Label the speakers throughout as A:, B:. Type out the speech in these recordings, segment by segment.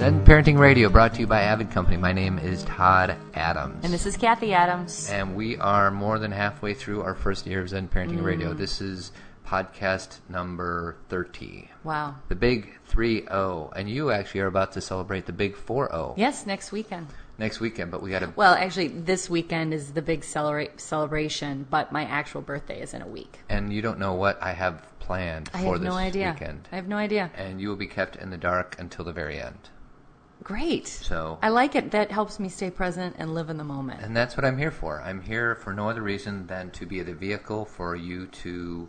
A: and Parenting Radio brought to you by Avid Company. My name is Todd Adams.
B: And this is Kathy Adams.
A: And we are more than halfway through our first year of Zen Parenting Radio.
B: Mm.
A: This is podcast number 30.
B: Wow.
A: The big 3 0. And you actually are about to celebrate the big 4 0
B: Yes, next weekend.
A: next weekend, but we got a.
B: Well, actually, this weekend is the big celebra- celebration, but my actual birthday is in a week.
A: And you don't know what I have planned
B: I
A: for
B: have
A: this
B: no idea.
A: weekend.
B: I have no idea.
A: And you will be kept in the dark until the very end.
B: Great.
A: So-
B: I like it. That helps me stay present and live in the moment.
A: And that's what I'm here for. I'm here for no other reason than to be the vehicle for you to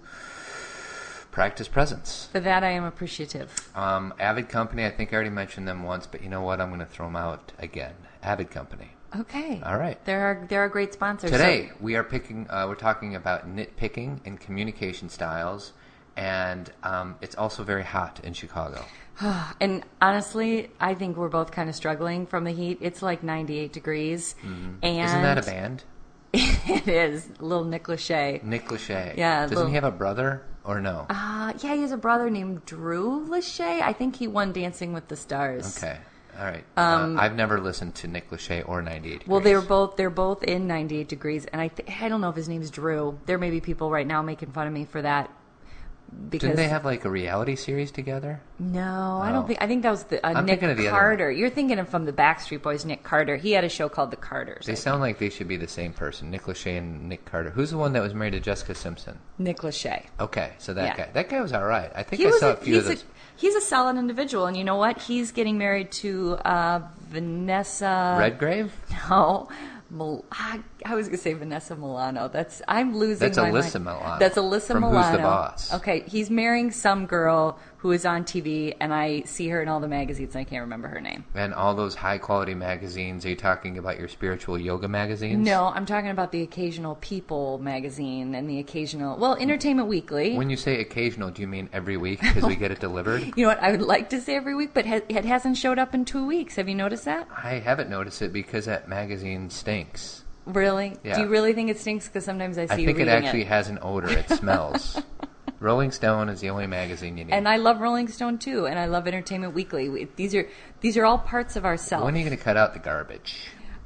A: practice presence.
B: For that, I am appreciative.
A: Um, Avid Company, I think I already mentioned them once, but you know what? I'm going to throw them out again. Avid Company.
B: Okay.
A: All right.
B: There are there are great sponsors So-
A: Uh, Today we are picking. Uh, we're talking about nitpicking and communication styles, and um, it's also very hot in Chicago.
B: And honestly, I think we're both kind of struggling from the heat. It's like 98 degrees, and
A: Mm-hmm. Isn't that a band?
B: it is. Little Nick Lachey.
A: Nick Lachey.
B: Yeah,
A: Doesn't
B: little-
A: he have a brother or no?
B: Uh, yeah, he has a brother named Drew Lachey. I think he won Dancing with the Stars.
A: Okay. All right. uh, I've never listened to Nick Lachey or 98.
B: Um, Well,
A: Degrees.
B: they're both they're both in 98 degrees, and I th- I don't know if his name's Drew. There may be people right now making fun of me for that because
A: Didn't they have like a reality series together?
B: no, I
A: Oh.
B: don't think I think that was the, uh,
A: I'm
B: Nick
A: thinking of the other one.
B: Carter. You're thinking of from the Backstreet Boys, Nick Carter. He had a show called The Carters.
A: They sound like they should be the same person. Nick Lachey and Nick Carter. Who's the one that was married to Jessica Simpson?
B: Nick Lachey.
A: Okay, so that
B: Yeah.
A: guy. That guy was all right. I think
B: He
A: I
B: was
A: saw
B: a,
A: a, few of
B: he's a
A: those.
B: he's a solid individual, and you know what? He's getting married to uh, Vanessa.
A: Redgrave?
B: No, Mil- I, I was gonna say Vanessa Milano. That's I'm losing.
A: That's
B: my
A: Alyssa
B: mind.
A: Milano
B: That's Alyssa
A: from Who's
B: Milano.
A: the Boss.
B: Okay, he's marrying some girl who is on TV, and I see her in all the magazines. and I can't remember her name.
A: And all those high quality magazines. Are you talking about your spiritual yoga magazines?
B: No, I'm talking about the occasional People magazine and the occasional, well, Entertainment Weekly.
A: When you say occasional, do you mean every week because we get it delivered?
B: you know what? I would like to say every week, but ha- it hasn't showed up in two weeks. Have you noticed that?
A: I haven't noticed it because that magazine stinks.
B: Really?
A: Yeah.
B: Do you really think it stinks? Because sometimes I see
A: I
B: you
A: think it
B: reading
A: actually has an odor. It smells. Rolling Stone is the only magazine you need.
B: and I love Rolling Stone too, and I love Entertainment Weekly. We, these are these are all parts of ourselves.
A: when are you going to cut out the garbage?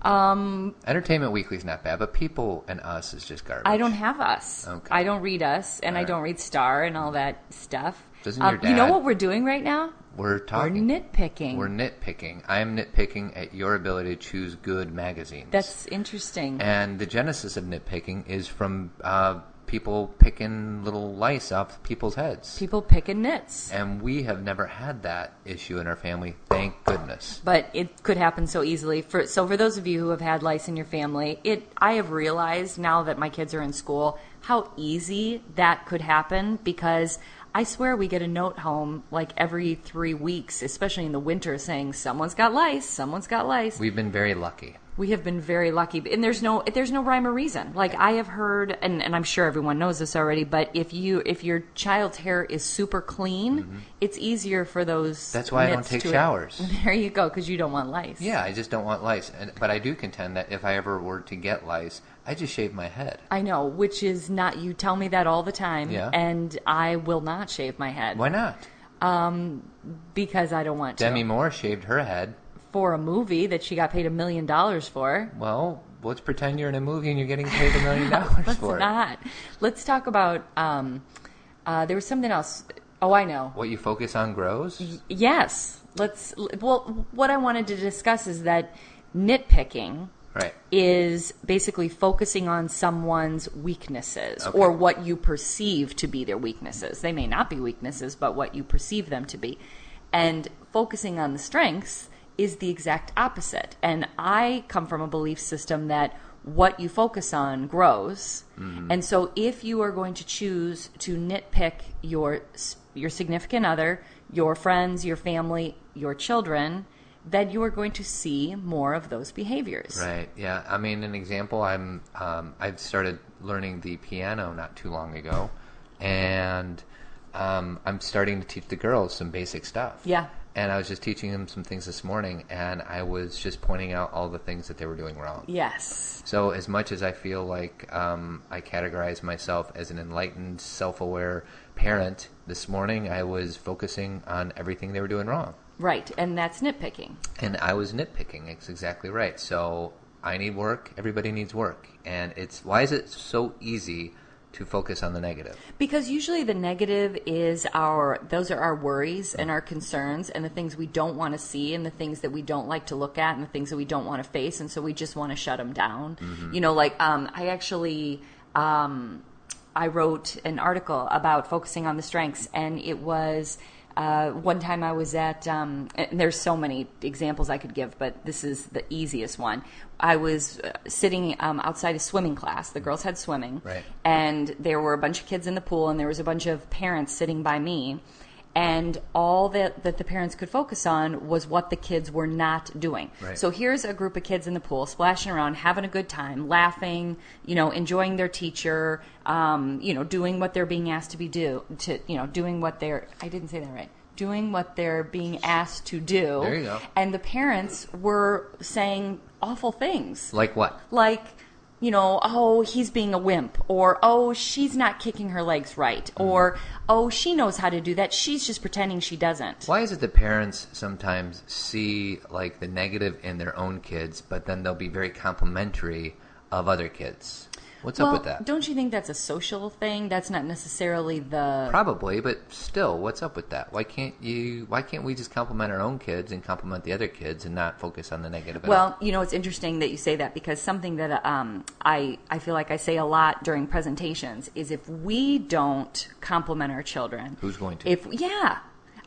B: um,
A: Entertainment Weekly is not bad, but People and Us is just garbage.
B: I don't have us.
A: Okay.
B: I don't read us, and I
A: All
B: don't read Star and all that stuff.
A: Doesn't
B: Um,
A: your
B: You know
A: dad-
B: what we're doing right now?
A: We're talking.
B: We're nitpicking.
A: We're nitpicking. I am nitpicking at your ability to choose good magazines.
B: That's interesting.
A: And the genesis of nitpicking is from uh, people picking little lice off people's heads.
B: People picking nits,
A: And we have never had that issue in our family, thank goodness.
B: but it could happen so easily. For so for those of you who have had lice in your family, it I have realized now that my kids are in school how easy that could happen because. I swear we get a note home like every three weeks, especially in the winter, saying someone's got lice, someone's got lice.
A: We've been very lucky.
B: we have been very lucky and there's no there's no rhyme or reason like i have heard and, and i'm sure everyone knows this already but if you if your child's hair is super clean it's easier for those
A: Mm-hmm. That's why I don't
B: nits
A: take
B: to-
A: showers.
B: there you go because you don't want lice
A: Yeah, I just don't want lice. And, but I do contend that if I ever were to get lice, I just shave my head.
B: i know which is not you tell me that all the time
A: Yeah.
B: and i will not shave my head
A: Why not?
B: because i don't want
A: Demi
B: to
A: Moore shaved her head.
B: for a movie that she got paid a million dollars for
A: Well, let's pretend you're in a movie and you're getting paid a million dollars
B: let's
A: for it.
B: not let's talk about um uh there was something else oh i know
A: What you focus on grows.
B: Mm-hmm. Yes. Let's. Well, what I wanted to discuss is that nitpicking
A: Right.
B: is basically focusing on someone's weaknesses
A: Okay.
B: or what you perceive to be their weaknesses. They may not be weaknesses, but what you perceive them to be. And focusing on the strengths is the exact opposite. And I come from a belief system that what you focus on grows. And so if you are going to choose to nitpick your s- your significant other, your friends, your family, your children, then you are going to see more of those behaviors.
A: Right. Yeah. I mean, an example. I'm. Um, I've started learning the piano not too long ago, and um, I'm starting to teach the girls some basic stuff.
B: Yeah.
A: And I was just teaching them some things this morning, and I was just pointing out all the things that they were doing wrong.
B: Yes.
A: So, as much as I feel like um, I categorize myself as an enlightened, self aware parent, this morning I was focusing on everything they were doing wrong.
B: Right. And that's nitpicking.
A: And I was nitpicking. It's exactly right. So I need work. Everybody needs work. And it's why is it so easy to focus on the negative?
B: Because usually the negative is our, those are our worries and our concerns and the things we don't want to see and the things that we don't like to look at and the things that we don't want to face. And so we just want to shut them down. You know, like, um, I actually, um, I wrote an article about focusing on the strengths, and it was uh, one time I was at. Um, and there's so many examples I could give, but this is the easiest one. I was uh, sitting um, outside a swimming class. The girls had swimming,
A: Right.
B: and there were a bunch of kids in the pool, and there was a bunch of parents sitting by me. And all that, that the parents could focus on was what the kids were not doing.
A: Right.
B: So here's a group of kids in the pool splashing around, having a good time, laughing, you know, enjoying their teacher, um, you know, doing what they're being asked to be do to, you know, doing what they're. I didn't say that right. Doing what they're being asked to do.
A: There you go.
B: And the parents were saying awful things
A: Like what?
B: like you know oh he's being a wimp or oh she's not kicking her legs right
A: Mm-hmm.
B: or oh she knows how to do that she's just pretending she doesn't
A: Why is it that parents sometimes see like the negative in their own kids, but then they'll be very complimentary of other kids? What's
B: well,
A: up with that?
B: don't you think that's a social thing that's not necessarily the
A: Probably, but still, what's up with that? Why can't you? Why can't we just compliment our own kids and compliment the other kids and not focus on the negative? at all?
B: Well, you know, it's interesting that you say that because something that um, I I feel like I say a lot during presentations is if we don't compliment our children,
A: Who's going to?
B: If yeah,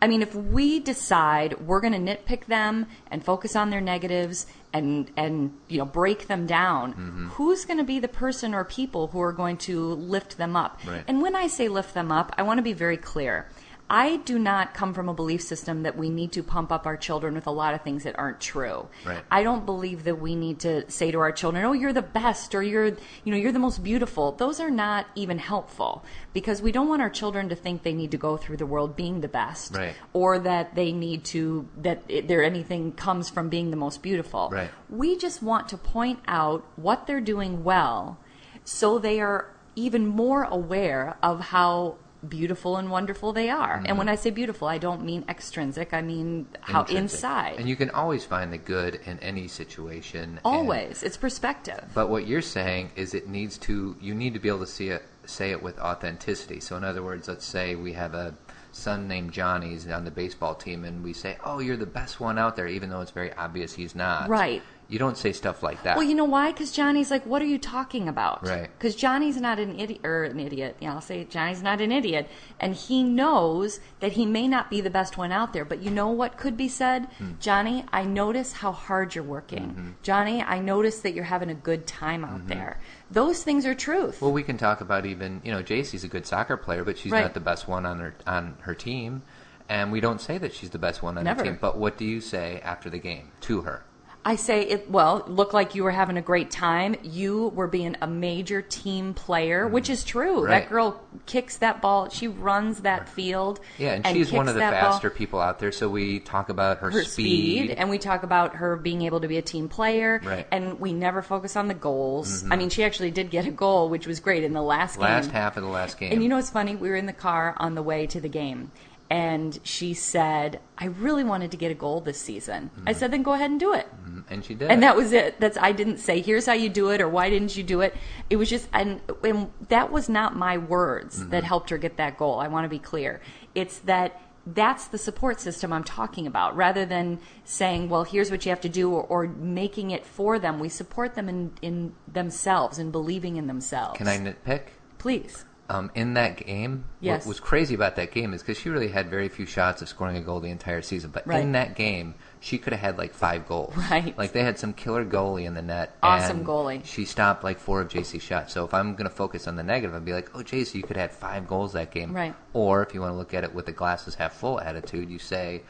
B: I mean, if we decide we're going to nitpick them and focus on their negatives and and you know break them down,
A: Mm-hmm.
B: who's going to be the person or people who are going to lift them up?
A: Right.
B: And when I say lift them up, I want to be very clear. I do not come from a belief system that we need to pump up our children with a lot of things that aren't true.
A: Right.
B: I don't believe that we need to say to our children, "Oh, you're the best," or "You're, you know, you're the most beautiful." Those are not even helpful because we don't want our children to think they need to go through the world being the best,
A: Right.
B: or that they need to that it, there anything comes from being the most beautiful.
A: Right.
B: We just want to point out what they're doing well so they are even more aware of how beautiful and wonderful they are.
A: Mm-hmm.
B: And when I say beautiful, I don't mean extrinsic, I mean how
A: Intrinsic.
B: inside.
A: And you can always find the good in any situation. and-
B: Always. It's perspective.
A: but what you're saying is it needs to. You need to be able to see it, say it with authenticity. So in other words, let's say we have a son named Johnny's on the baseball team, and we say, "Oh, you're the best one out there," even though it's very obvious he's not.
B: Right.
A: You don't say stuff like that.
B: Well, you know why? Because Johnny's like, what are you talking about?
A: Right.
B: Because Johnny's not an idiot, or an idiot. Yeah, I'll say Johnny's not an idiot. And he knows that he may not be the best one out there. But you know what could be said?
A: Hmm.
B: Johnny, I notice how hard you're working.
A: Mm-hmm.
B: Johnny, I notice that you're having a good time out there. Those things are truth.
A: Well, we can talk about even you know Jacey's a good soccer player, but she's
B: Right.
A: not the best one on her on her team, and we don't say that she's the best one on
B: Never.
A: her team. But what do you say after the game to her?
B: I say it well, it looked like you were having a great time. You were being a major team player, which is true. That
A: Mm-hmm. Right.
B: girl kicks that ball, she runs that field.
A: Yeah, and, she's one
B: kicks
A: of the
B: that ball-
A: faster people out there, so we talk about her,
B: her speed. and we talk about her being able to be a team player
A: Right. Mm-hmm.
B: and we never focus on the goals. I mean, she actually did get a goal, which was great in the last,
A: last
B: game.
A: half of the last game.
B: And you know what's funny? We were in the car on the way to the game, and she said, "I really wanted to get a goal this season." I
A: Mm-hmm.
B: said, "Then go ahead and do it."
A: and she did.
B: And that was it. That's I didn't say here's how you do it or why didn't you do it. It was just and, and that was not my words that
A: Mm-hmm.
B: helped her get that goal. I want to be clear. It's that that's the support system I'm talking about. Rather than saying, well, here's what you have to do or, or making it for them, we support them in, in themselves and believing in themselves.
A: Can I nitpick?
B: please?
A: um, in that game,
B: Yes.
A: what was crazy about that game is because she really had very few shots of scoring a goal the entire season. But
B: Right.
A: in that game, she could have had like five goals.
B: Right.
A: Like they had some killer goalie in the net.
B: Awesome
A: and
B: goalie.
A: She stopped like four of JC's shots. So if I'm going to focus on the negative, I'd be like, oh, JC, you could have had five goals that game.
B: Right.
A: Or if you want to look at it with the glasses half full attitude, you say,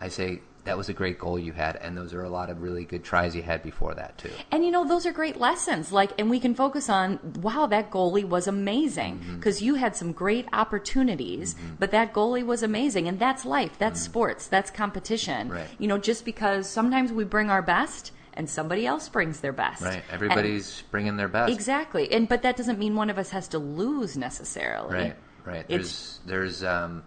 A: I say, that was a great goal you had. And those are a lot of really good tries you had before that, too.
B: And you know, those are great lessons. Like, and we can focus on, wow, that goalie was amazing
A: Mm-hmm.
B: because you had some great opportunities, but that goalie was amazing. And that's life. That's sports. That's competition.
A: Mm-hmm. Right.
B: You know, just because sometimes we bring our best and somebody else brings their best.
A: Right.
B: And-
A: Everybody's bringing their best.
B: exactly. And, but that doesn't mean one of us has to lose necessarily.
A: Right, right. There's there's um,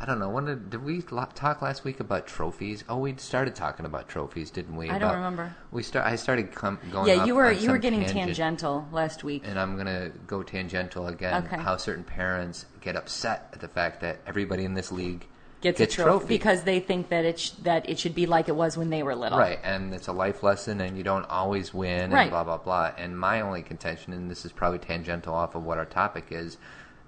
A: I don't know. When did, did we lo- talk last week about trophies? Oh, we started talking about trophies, didn't we?
B: I don't
A: About-
B: remember.
A: We start. I started com- going.
B: Yeah,
A: up
B: you were
A: on
B: you were
A: some
B: getting
A: tangent,
B: tangential last week.
A: And I'm gonna go tangential again.
B: Okay.
A: How certain parents get upset at the fact that everybody in this league
B: Gets a trophy, because they think that it sh- that it should be like it was when they were little.
A: Right, and it's a life lesson, and you don't always win, and
B: Right.
A: blah blah blah. And my only contention, and this is probably tangential off of what our topic is,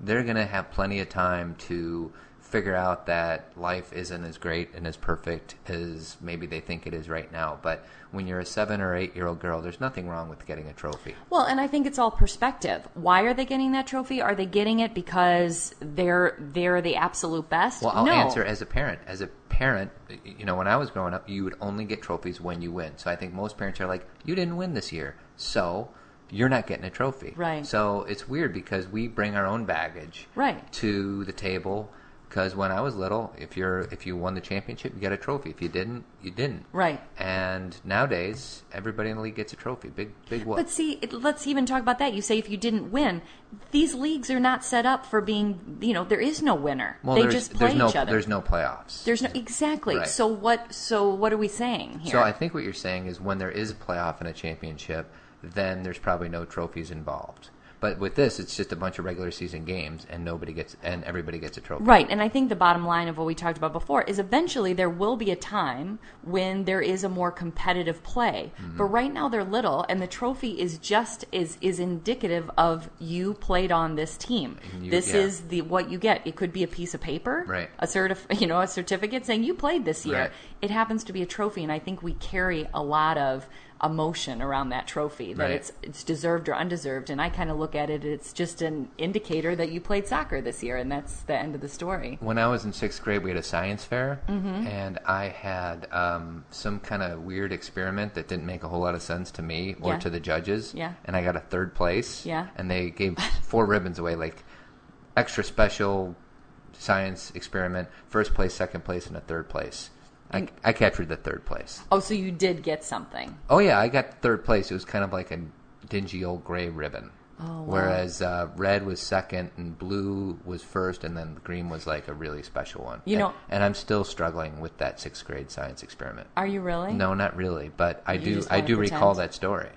A: they're going to have plenty of time to figure out that life isn't as great and as perfect as maybe they think it is right now. But when you're a seven or eight year old girl, there's nothing wrong with getting a trophy.
B: Well, and I think it's all perspective. Why are they getting that trophy? Are they getting it because they're they're the absolute best?
A: Well, I'll
B: no.
A: answer as a parent. As a parent, y- you know, when I was growing up, you would only get trophies when you win. So I think most parents are like, you didn't win this year, so you're not getting a trophy.
B: Right.
A: So it's weird because we bring our own baggage
B: Right.
A: to the table. Because when I was little, if you're if you won the championship, you get a trophy. If you didn't, you didn't.
B: Right.
A: And nowadays, everybody in the league gets a trophy. Big big whoop.
B: But see, it- let's even talk about that. You say if you didn't win, these leagues are not set up for being, you know, there is no winner.
A: well,
B: they
A: there's,
B: just play
A: there's no
B: each other.
A: there's no playoffs.
B: There's no exactly.
A: Right.
B: So what so what are we saying here?
A: So I think what you're saying is when there is a playoff and a championship, then there's probably no trophies involved. But with this, it's just a bunch of regular season games, and nobody gets and everybody gets a trophy.
B: Right, and I think the bottom line of what we talked about before is eventually there will be a time when there is a more competitive play.
A: Mm-hmm.
B: But right now they're little and the trophy is just is is indicative of you played on this team.
A: And you-
B: this
A: yeah.
B: is the what you get. It could be a piece of paper,
A: Right.
B: a certif- you know, a certificate saying you played this year.
A: Right.
B: It happens to be a trophy and I think we carry a lot of emotion around that trophy that
A: Right.
B: it's it's deserved or undeserved and I kind of look at it it's just an indicator that you played soccer this year and that's the end of the story.
A: When I was in sixth grade, we had a science fair,
B: Mm-hmm.
A: and I had um, some kind of weird experiment that didn't make a whole lot of sense to me or
B: Yeah.
A: to the judges.
B: Yeah.
A: And I got a third place.
B: Yeah.
A: And they gave four ribbons away, like extra special science experiment, first place, second place, and a third place.
B: Mm.
A: I, I captured the third place.
B: Oh, so you did get something.
A: Oh yeah, I got third place. It was kind of like a dingy old gray ribbon.
B: Oh, wow.
A: Whereas uh, red was second and blue was first, and then green was like a really special one.
B: You
A: And-
B: know-
A: and I'm still struggling with that sixth grade science experiment.
B: Are you really?
A: No, not really, but I
B: You
A: do
B: just
A: I
B: wanna
A: do recall
B: pretend?
A: that story.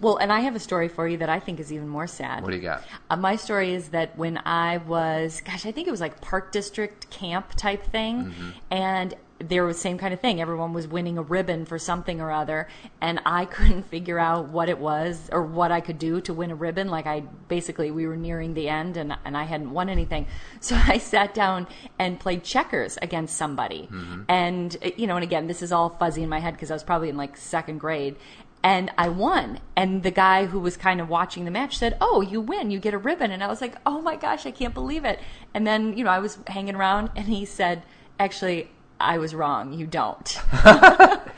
B: Well, and I have a story for you that I think is even more sad.
A: What do you got?
B: Uh, my story is that when I was, gosh, I think it was like park district camp type thing, and there was same kind of thing. Everyone was winning a ribbon for something or other, and I couldn't figure out what it was or what I could do to win a ribbon. Like I basically we were nearing the end, and and I hadn't won anything, so I sat down and played checkers against somebody, and uh, you know, and again, this is all fuzzy in my head because I was probably in like second grade, and I won. And the guy who was kind of watching the match said, "Oh, you win, you get a ribbon." And I was like, "Oh my gosh, I can't believe it." And then, you know, I was hanging around and he said, "Actually, I was wrong. You don't."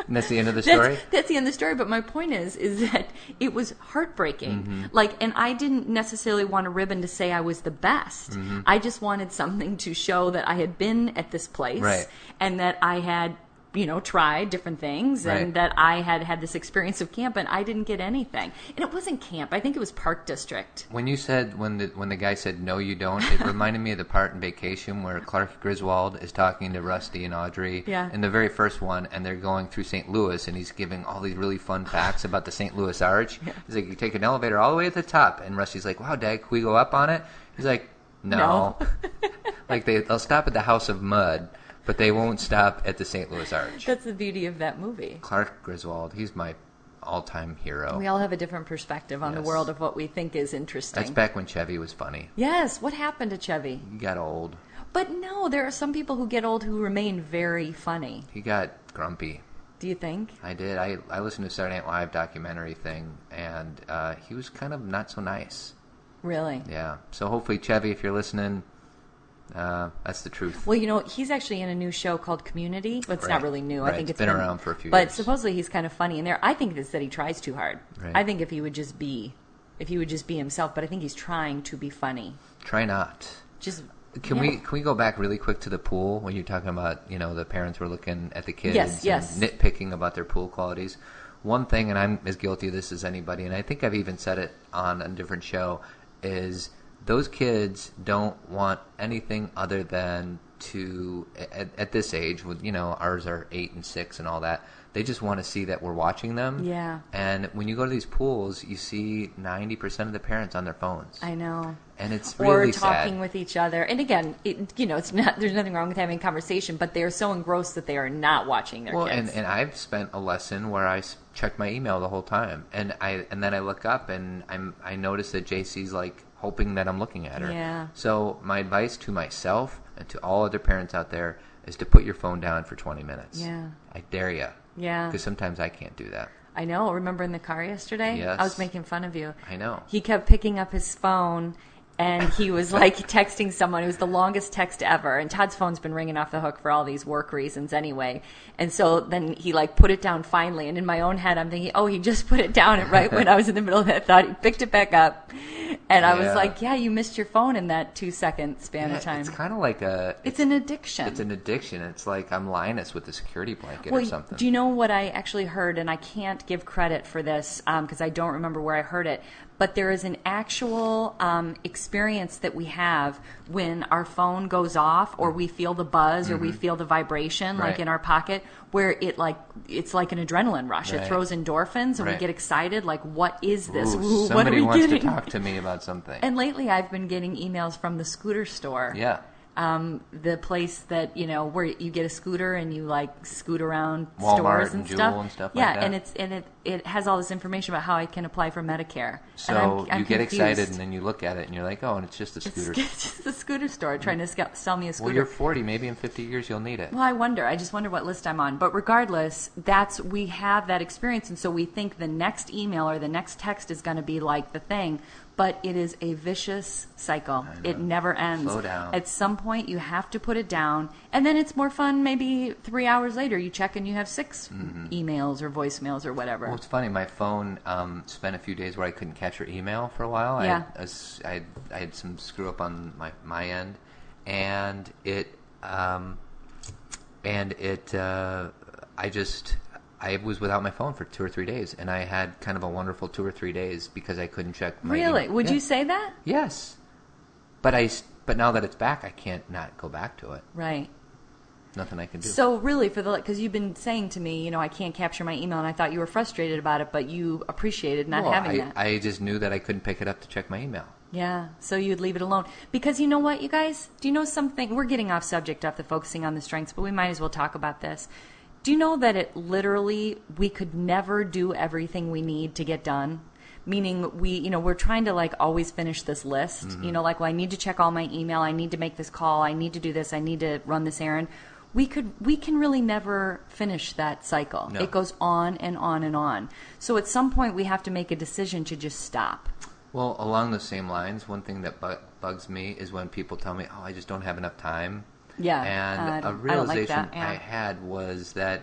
A: And that's the end of the story.
B: That's, that's the end of the story. But my point is, is that it was heartbreaking.
A: Mm-hmm.
B: Like, and I didn't necessarily want a ribbon to say I was the best.
A: Mm-hmm.
B: I just wanted something to show that I had been at this place
A: Right.
B: and that I had, you know, tried different things
A: Right.
B: and that I had had this experience of camp and I didn't get anything. And it wasn't camp. I think it was Park District.
A: When you said when the when the guy said no, you don't, it reminded me of the part in Vacation where Clark Griswold is talking to Rusty and Audrey
B: Yeah.
A: in the very first one, and they're going through St. Louis, and he's giving all these really fun facts about the St. Louis Arch. He's like, you take an elevator all the way at the top, and Rusty's like, "Wow, Dad, can we go up on it?" He's like, "No." like they they'll stop at the House of Mud, but they won't stop at the St. Louis Arch.
B: That's the beauty of that movie.
A: Clark Griswold, he's my all-time hero.
B: We all have a different perspective on
A: Yes.
B: the world of what we think is interesting.
A: That's back when Chevy was funny.
B: yes, what happened to Chevy?
A: He got old.
B: But no, there are some people who get old who remain very funny.
A: He got grumpy.
B: Do you think?
A: I did. I, I listened to Saturday Night Live documentary thing, and uh, he was kind of not so nice.
B: Really?
A: Yeah. So hopefully, Chevy, if you're listening, uh, that's the truth.
B: Well, you know, he's actually in a new show called Community. But it's not
A: Right.
B: really new.
A: Right.
B: I think
A: It's been around for a few
B: But
A: years.
B: supposedly he's kind of funny in there. I think it's that he tries too hard.
A: Right.
B: I think if he would just be, if he would just be himself. But I think he's trying to be funny.
A: Try not.
B: Just
A: Can
B: yeah.
A: we can we go back really quick to the pool when you're talking about you know the parents were looking at the kids
B: Yes, yes.
A: and nitpicking about their pool qualities? One thing, and I'm as guilty of this as anybody, and I think I've even said it on a different show, is those kids don't want anything other than to at, at this age with you know ours are eight and six and all that they just want to see that we're watching them
B: Yeah.
A: and when you go to these pools you see 90% of the parents on their phones
B: I know.
A: and it's
B: or
A: really
B: talking
A: sad
B: with each other. And again, it, you know, it's not there's nothing wrong with having a conversation, but they are so engrossed that they are not watching their
A: well and,
B: kids.
A: and i've spent a lesson where i s- check my email the whole time and i and then i look up and i'm i notice that jc's like hoping that i'm looking at her
B: Yeah.
A: so my advice to myself and to all other parents out there is to put your phone down for 20 minutes
B: Yeah.
A: i dare you
B: yeah,
A: because sometimes i can't do that
B: I know. Remember in the car yesterday,
A: Yes.
B: I was making fun of you.
A: i know
B: He kept picking up his phone and he was like texting someone. It was the longest text ever. And Todd's phone's been ringing off the hook for all these work reasons anyway. And so then he like put it down finally. And in my own head, I'm thinking, oh, he just put it down. And right when I was in the middle of that thought, he picked it back up. And I
A: Yeah.
B: was like, yeah, you missed your phone in that two second span
A: Yeah,
B: of time.
A: it's
B: It's,
A: kind of like a it's,
B: an addiction.
A: an addiction it's like i'm linus with the security blanket or
B: y-
A: something
B: Do you know what I actually heard? And I can't give credit for this because I don't remember where I heard it. But there is an actual um, experience that we have when our phone goes off, or we feel the buzz, or we feel the vibration, like
A: Mm-hmm. Right.
B: in our pocket, where it like it's like an adrenaline rush.
A: Right.
B: It throws endorphins, and we
A: Right.
B: get excited. Like, what is this?
A: Ooh,
B: Ooh, what are
A: somebody
B: we
A: wants
B: getting?
A: to talk to me about something
B: And lately, I've been getting emails from the scooter store
A: yeah
B: um, the place that you know where you get a scooter and you like scoot around
A: Walmart
B: stores
A: and
B: and,
A: Jewel
B: stuff.
A: and stuff like
B: yeah,
A: that.
B: and it's and it it has all this information about how I can apply for Medicare. and I'm-
A: so
B: I'm
A: you get
B: confused.
A: excited and then you look at it and you're like oh and it's just a
B: It's
A: scooter
B: just the scooter store trying to sc- sell me a
A: Well, you're 40.
B: scooter.
A: Maybe in 50 years you'll need it.
B: Well, I wonder. I just wonder what list I'm on. But regardless, that's we have that experience, and so we think the next email or the next text is going to be like the thing. But it is a vicious cycle. It never ends.
A: Slow down.
B: At some point, you have to put it down, and then it's more fun. Maybe three hours later, you check and you have 6
A: Mm-hmm.
B: emails or voicemails or whatever.
A: Well, it's funny. My phone um, spent a few days where I couldn't catch her email for a while. I,
B: Yeah.
A: I, s- I, I had some screw up on my, my end, and it um, and it uh, I just I was without my phone for two or three days, and I had kind of a wonderful two or three days because I couldn't check. my
B: really?
A: email.
B: Would
A: Yeah.
B: you say that?
A: Yes, but I s- but now that it's back, I can't not go back to it.
B: Right.
A: Nothing I can do.
B: So really, for the because you've been saying to me, you know, I can't capture my email, and I thought you were frustrated about it, but you appreciated not
A: Well,
B: having
A: I,
B: that.
A: I just knew that I couldn't pick it up to check my email.
B: Yeah, so you'd leave it alone. Because you know what, you guys? Do you know something? We're getting off subject after focusing on the strengths, but we might as well talk about this. Do you know that it literally, we could never do everything we need to get done? Meaning, we, you know, we're trying to like always finish this list. You know, like, well, I need to check all my email. I need to make this call. I need to do this. I need to run this errand. We could, we can really never finish that cycle.
A: No.
B: It goes on and on and on. So at some point, we have to make a decision to just stop.
A: Well, along those same lines, one thing that bu- bugs me is when people tell me, "Oh, I just don't have enough time."
B: Yeah,
A: And
B: uh,
A: a
B: I don't like
A: realization
B: that, yeah.
A: I had was that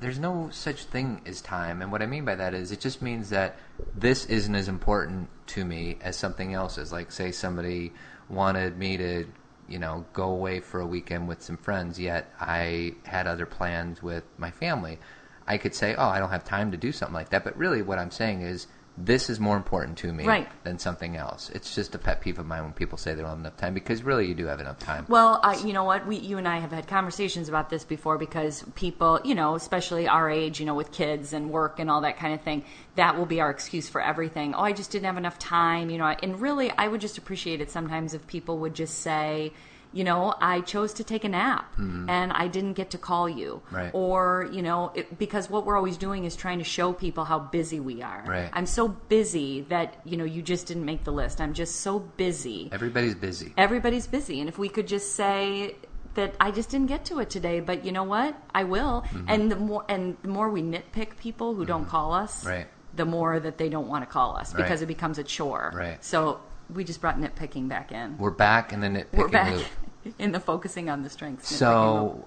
A: there's no such thing as time, and what I mean by that is it just means that this isn't as important to me as something else is. Like, say somebody wanted me to, you know, go away for a weekend with some friends, yet I had other plans with my family. I could say, "Oh, I don't have time to do something like that," but really, what I'm saying is. This is more important to me
B: Right.
A: than something else. It's just a pet peeve of mine when people say they don't have enough time because really you do have enough time.
B: Well, I, you know what? We, you and I have had conversations about this before because people, you know, especially our age, you know, with kids and work and all that kind of thing, that will be our excuse for everything. Oh, I just didn't have enough time, you know. And really, I would just appreciate it sometimes if people would just say, you know, I chose to take a nap and I didn't get to call you.
A: Mm-hmm. Right.
B: Or, you know, it, because what we're always doing is trying to show people how busy we are.
A: Right.
B: I'm so busy that, you know, you just didn't make the list. I'm just so busy
A: Everybody's busy.
B: everybody's busy and if we could just say that I just didn't get to it today, but you know what? I will.
A: Mm-hmm.
B: And the more and the more we nitpick people who don't call us,
A: Right.
B: the more that they don't want to call us because
A: Right.
B: it becomes a chore.
A: Right.
B: So we just brought nitpicking back in.
A: We're back in the nitpicking
B: We're back
A: loop.
B: in the focusing on the strengths. nitpicking loop.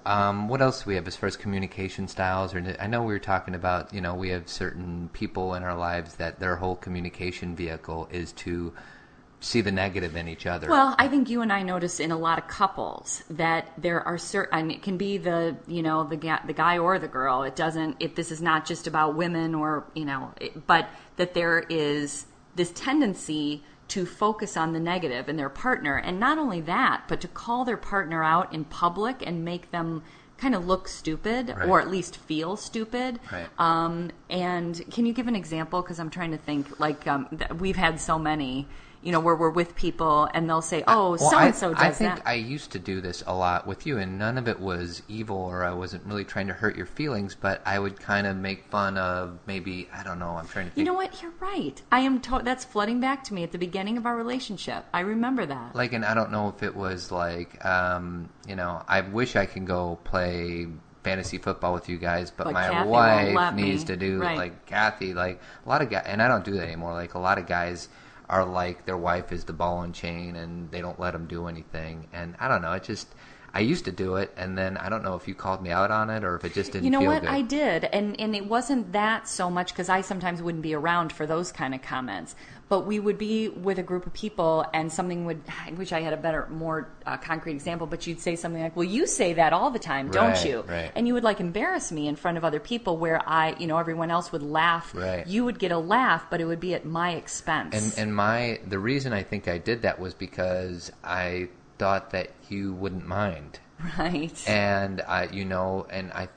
A: So, um, what else do we have as far as communication styles? Or n- I know we were talking about, you know, we have certain people in our lives that their whole communication vehicle is to see the negative in each other.
B: Well, I think you and I notice in a lot of couples that there are certain. It can be the you know the ga- the guy or the girl. It doesn't. It this is not just about women or you know, it, but that there is this tendency to focus on the negative in their partner. And not only that, but to call their partner out in public and make them kind of look stupid
A: Right.
B: or at least feel stupid.
A: Right.
B: Um, and can you give an example? Because I'm trying to think, like, um, th- we've had so many. You know, where we're with people and they'll say, "Oh,
A: Well,
B: so
A: I-
B: and so does
A: I think
B: that."
A: I used to do this a lot with you, and none of it was evil or I wasn't really trying to hurt your feelings, but I would kind of make fun of maybe, I don't know, I'm trying to think.
B: You know what? You're right. I am. To- that's flooding back to me at the beginning of our relationship. I remember that.
A: like, and I don't know if it was like, um, you know, I wish I could go play fantasy football with you guys, but
B: But
A: my
B: Kathy won't
A: wife
B: let me.
A: needs to do
B: Right.
A: like Kathy, like a lot of guys, and I don't do that anymore. Like a lot of guys are like their wife is the ball and chain, and they don't let them do anything. And I don't know, it just. I used to do it, and then I don't know if you called me out on it or if it just didn't.
B: you know
A: feel
B: what?
A: Good.
B: I did, and and it wasn't that so much because I sometimes wouldn't be around for those kind of comments. But we would be with a group of people, and something would. I wish I had a better, more uh, concrete example. But you'd say something like, "Well, you say that all the time, don't
A: Right,
B: you?"
A: right.
B: And you would like embarrass me in front of other people, where I, you know, everyone else would laugh.
A: Right.
B: You would get a laugh, but it would be at my expense.
A: And and my the reason I think I did that was because I thought that you wouldn't mind.
B: right.
A: and I, you know, and I, I-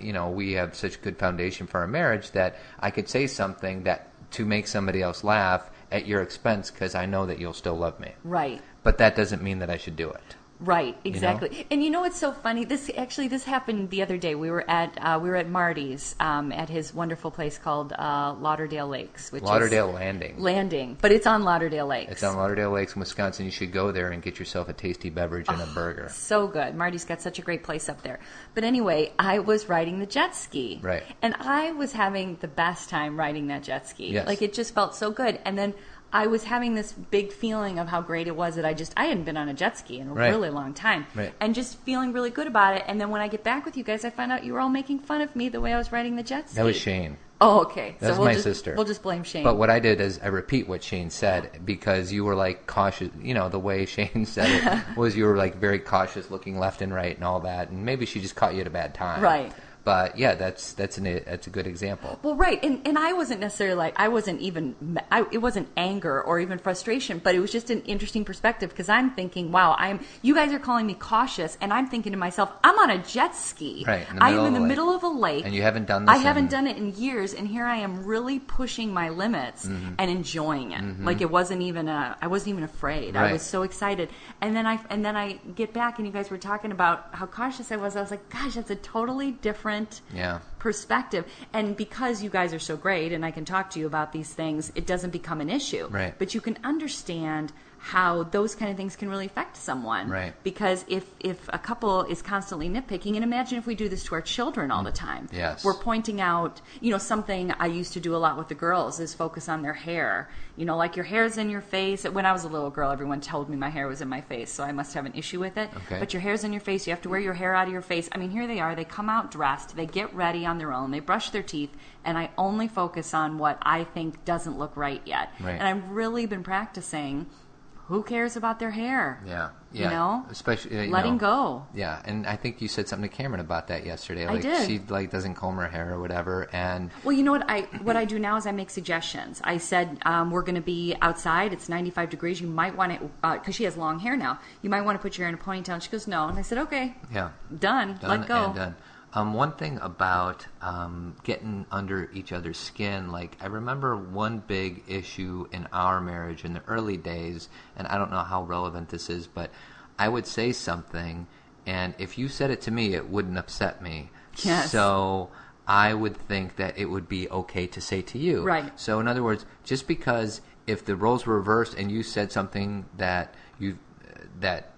A: you know, we have such good foundation for our marriage that I could say something that to make somebody else laugh at your expense because I know that you'll still love me.
B: right.
A: But that doesn't mean that I should do it.
B: Right, exactly. And you know what's so funny? This actually this happened the other day. We were at uh, we were at Marty's um, at his wonderful place called uh, Lauderdale Lakes, which
A: Lauderdale
B: is
A: Landing.
B: Landing, but it's on Lauderdale Lakes.
A: it's on Lauderdale Lakes in Wisconsin. You should go there and get yourself a tasty beverage and a burger.
B: so good. Marty's got such a great place up there. But anyway, I was riding the jet ski.
A: Right.
B: And I was having the best time riding that jet ski.
A: Yes.
B: Like it just felt so good. And then I was having this big feeling of how great it was that I just I hadn't been on a jet ski in a
A: Right.
B: really long time.
A: Right.
B: And just feeling really good about it. And then when I get back with you guys, I find out you were all making fun of me the way I was riding the jet ski.
A: That was Shane.
B: Oh, okay.
A: That was
B: we'll
A: my
B: just,
A: sister.
B: We'll just blame Shane.
A: But what I did is I repeat what Shane said because you were like cautious. You know, the way Shane said it was you were like very cautious, looking left and right and all that. And maybe she just caught you at a bad time.
B: Right.
A: But yeah, that's that's an that's a good example.
B: Well, right, and and I wasn't necessarily like I wasn't even I, it wasn't anger or even frustration, but it was just an interesting perspective because I'm thinking, wow, I'm you guys are calling me cautious, and I'm thinking to myself, I'm on a jet ski,
A: Right, in the
B: I am
A: middle
B: in
A: of
B: the
A: a lake.
B: middle of a lake,
A: And you haven't done this.
B: I haven't
A: in-
B: done it in years, and here I am really pushing my limits
A: Mm-hmm.
B: and enjoying it. Like it wasn't even a, I wasn't even afraid. I
A: Right.
B: was so excited, and then I and then I get back, and you guys were talking about how cautious I was. I was like, gosh, that's a totally different
A: Yeah.
B: perspective. And because you guys are so great, and I can talk to you about these things, it doesn't become an issue.
A: Right.
B: But you can understand how those kind of things can really affect someone
A: Right.
B: because if if a couple is constantly nitpicking and imagine if we do this to our children all
A: Mm.
B: the time
A: Yes.
B: we're pointing out, you know, something I used to do a lot with the girls is focus on their hair. You know, like your hair's in your face. When I was a little girl, everyone told me my hair was in my face, so I must have an issue with it.
A: Okay.
B: But your hair's in your face. You have to wear your hair out of your face. I mean, here they are. They come out dressed. They get ready on their own. They brush their teeth, and I only focus on what I think doesn't look right yet.
A: Right.
B: And I've really been practicing. Who cares about their hair?
A: Yeah.
B: You
A: Yeah.
B: know?
A: Especially uh, you
B: Letting
A: know.
B: go.
A: Yeah, and I think you said something to Cameron about that yesterday.
B: I
A: Like
B: did.
A: she like doesn't comb her hair or whatever, and
B: Well, you know what I what I do now is I make suggestions. I said um, we're going to be outside. It's 95 degrees. You might want to because she has long hair now. You might want to put your hair in a ponytail. And she goes no. And I said okay,
A: yeah,
B: done.
A: done
B: Let go.
A: and done. Um, one thing about um, getting under each other's skin, like I remember one big issue in our marriage in the early days, and I don't know how relevant this is, but I would say something, and if you said it to me, it wouldn't upset me.
B: Yes.
A: So I would think that it would be okay to say to you.
B: Right.
A: So in other words, just because if the roles were reversed and you said something that you that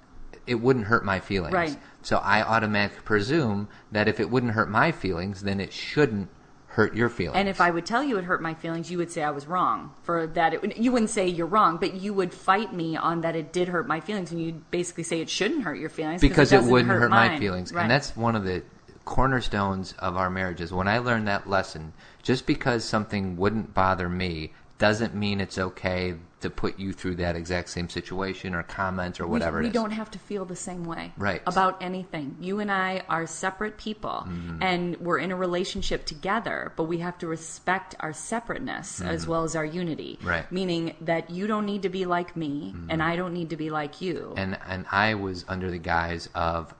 A: it wouldn't hurt my feelings.
B: Right.
A: So I automatically presume that if it wouldn't hurt my feelings, then it shouldn't hurt your feelings.
B: And if I would tell you it hurt my feelings, you would say I was wrong for that. It, would- you wouldn't say you're wrong, but you would fight me on that it did hurt my feelings, and you'd basically say it shouldn't hurt your feelings
A: because it,
B: doesn't
A: wouldn't hurt, my
B: mine.
A: feelings,
B: Right.
A: and that's one of the cornerstones of our marriages. When I learned that lesson, just because something wouldn't bother me doesn't mean it's okay to put you through that exact same situation or comment or whatever
B: we,
A: it
B: we
A: is.
B: don't have to feel the same way
A: Right.
B: about anything you and i are separate people
A: Mm-hmm.
B: and we're in a relationship together but we have to respect our separateness as well as our unity
A: Mm-hmm. Right. Mm-hmm.
B: meaning that you don't need to be like me and i don't need to be like you
A: and and I was under the guise of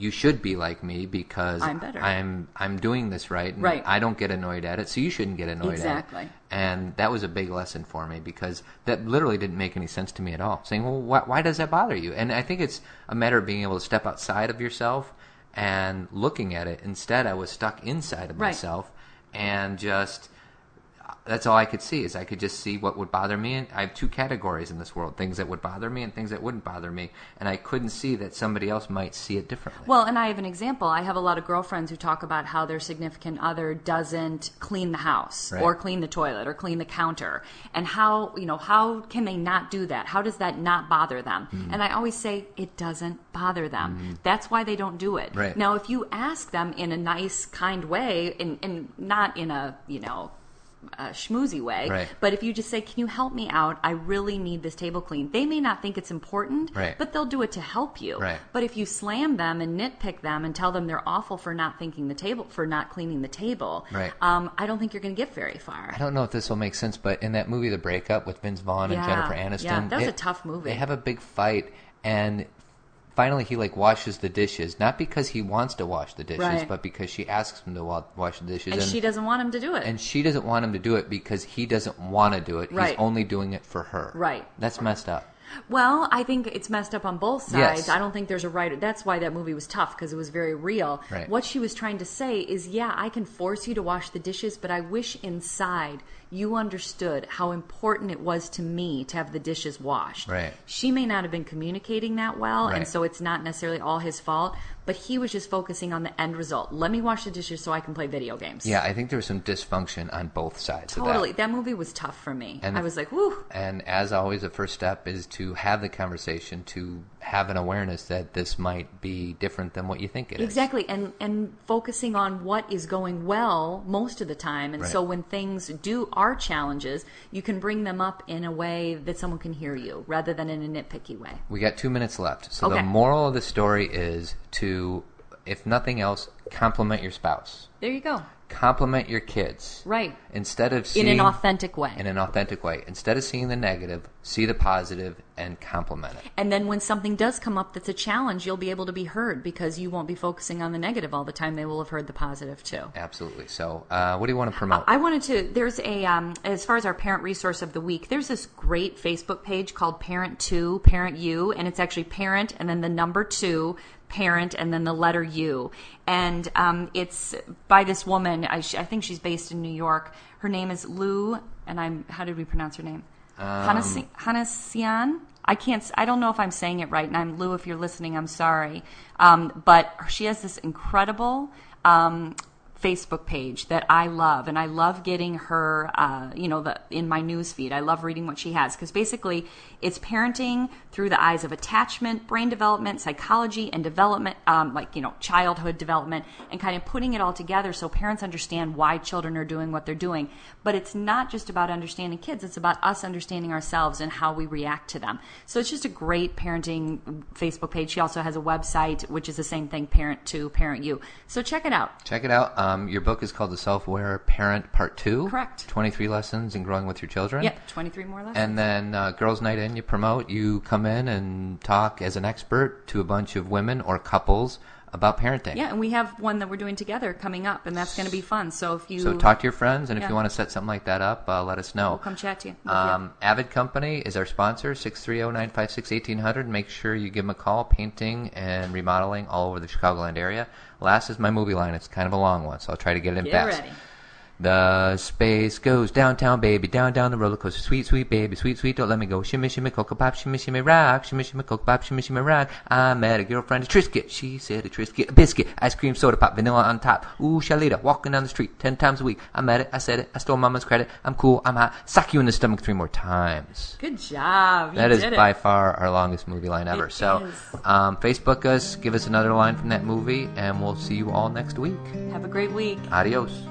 A: you should be like me because
B: I'm better.
A: I'm I'm doing this right. And
B: Right.
A: I don't get annoyed at it, so you shouldn't get annoyed at
B: Exactly.
A: it. And that was a big lesson for me because that literally didn't make any sense to me at all. Saying, well, why, why does that bother you? And I think it's a matter of being able to step outside of yourself and looking at it. Instead, I was stuck inside of
B: Right.
A: myself and just that's all I could see is I could just see what would bother me. And I have two categories in this world: things that would bother me and things that wouldn't bother me. And I couldn't see that somebody else might see it differently.
B: Well, and I have an example. I have a lot of girlfriends who talk about how their significant other doesn't clean the house
A: Right.
B: or clean the toilet or clean the counter. And how, you know, how can they not do that? How does that not bother them?
A: Mm-hmm.
B: And I always say it doesn't bother them. That's why they don't do it.
A: Right.
B: Now, if you ask them in a nice, kind way and, and not in a, you know, a schmoozy way,
A: Right.
B: but if you just say, "Can you help me out? I really need this table cleaned," they may not think it's important,
A: Right.
B: but they'll do it to help you.
A: Right.
B: But if you slam them and nitpick them and tell them they're awful for not thinking the table for not cleaning the table,
A: Right.
B: um, I don't think you're going to get very far.
A: I don't know if this will make sense, but in that movie, The Breakup, with Vince Vaughn and
B: Yeah,
A: Jennifer Aniston,
B: yeah, that was
A: they-
B: a tough movie.
A: They have a big fight, and finally, he like washes the dishes, not because he wants to wash the dishes,
B: Right.
A: but because she asks him to wa- wash the dishes,
B: and she doesn't want him to do it.
A: and she doesn't want him to do it because he doesn't want to do it.
B: Right.
A: He's only doing it for her.
B: Right.
A: That's messed up.
B: well, I think it's messed up on both sides.
A: Yes.
B: I don't think there's a right. That's why that movie was tough because it was very real.
A: Right.
B: What she was trying to say is, yeah, I can force you to wash the dishes, but I wish inside you understood how important it was to me to have the dishes washed.
A: Right.
B: She may not have been communicating that well, and
A: Right.
B: so it's not necessarily all his fault. But he was just focusing on the end result. Let me wash the dishes so I can play video games.
A: Yeah, I think there was some dysfunction on both sides of that.
B: Totally. That movie was tough for me.
A: And-
B: I was like, whew.
A: And as always, the first step is to have the conversation, to have an awareness that this might be different than what you think it is.
B: Exactly, and and focusing on what is going well most of the time, and so
A: Right.
B: when things do are challenges, you can bring them up in a way that someone can hear you, rather than in a nitpicky way.
A: We got two minutes left. So the
B: Okay.
A: moral of the story is to, if nothing else, compliment your spouse,
B: There you go.
A: compliment your kids.
B: Right,
A: Instead of
B: in
A: seeing
B: an authentic way.
A: in an authentic way, instead of seeing the negative, see the positive and compliment it.
B: and then when something does come up that's a challenge, you'll be able to be heard because you won't be focusing on the negative all the time. They will have heard the positive too.
A: Absolutely. So, uh, what do you want to promote?
B: I wanted to. There's a um, as far as our parent resource of the week. There's this great Facebook page called Parent Two Parent You, and it's actually parent and then the number two parent and then the letter U, and um, it's by this woman. I, sh- I think she's based in New York. Her name is Lou, and I'm. How did we pronounce her name? Hanasi- Hanasian. I can't. s- I don't know if I'm saying it right, and I'm Lou. If you're listening, I'm sorry. Um, but she has this incredible. Um, Facebook page that I love, and I love getting her, uh, you know, the in my news feed. I love reading what she has because basically it's parenting through the eyes of attachment, brain development, psychology, and development, um, like you know, childhood development, and kind of putting it all together so parents understand why children are doing what they're doing. But it's not just about understanding kids; it's about us understanding ourselves and how we react to them. So it's just a great parenting Facebook page. She also has a website, which is the same thing: parent to parent you. So check it out.
A: Check it out. Um, your book is called The Self Aware Parent Part 2.
B: Correct.
A: 23 Lessons in Growing with Your Children.
B: Yep, 23 more left.
A: And then uh, Girls Night In, you promote, you come in and talk as an expert to a bunch of women or couples about parenting.
B: yeah, and we have one that we're doing together coming up, and that's going to be fun. So if you
A: So talk to your friends, and if
B: Yeah.
A: you want to set something like that up, uh, let us know.
B: we'll come chat to you. Love you.
A: Um, Avid Company is our sponsor, 630-956-1800. Make sure you give them a call, painting and remodeling all over the Chicagoland area. Last is my movie line. It's kind of a long one, so I'll try to get it in
B: Get
A: fast.
B: ready.
A: The space goes downtown, baby, down, down the roller coaster. Sweet, sweet, baby, sweet, sweet, don't let me go. Shimmy, shimmy, cocoa pop, shimmy, shimmy, rock. Shimmy, shimmy, cocoa pop, shimmy, shimmy, rock. I met a girlfriend, a Triscuit. She said a Triscuit, a biscuit, ice cream, soda pop, vanilla on top. Ooh, Shalita, walking down the street ten times a week. I met it, I said it, I stole mama's credit. I'm cool, I'm hot. Sock you in the stomach three more times.
B: Good job. You
A: That is
B: did it.
A: by far our longest movie line ever.
B: It
A: so,
B: is.
A: um, Facebook us, give us another line from that movie, and we'll see you all next week.
B: Have a great week.
A: Adios.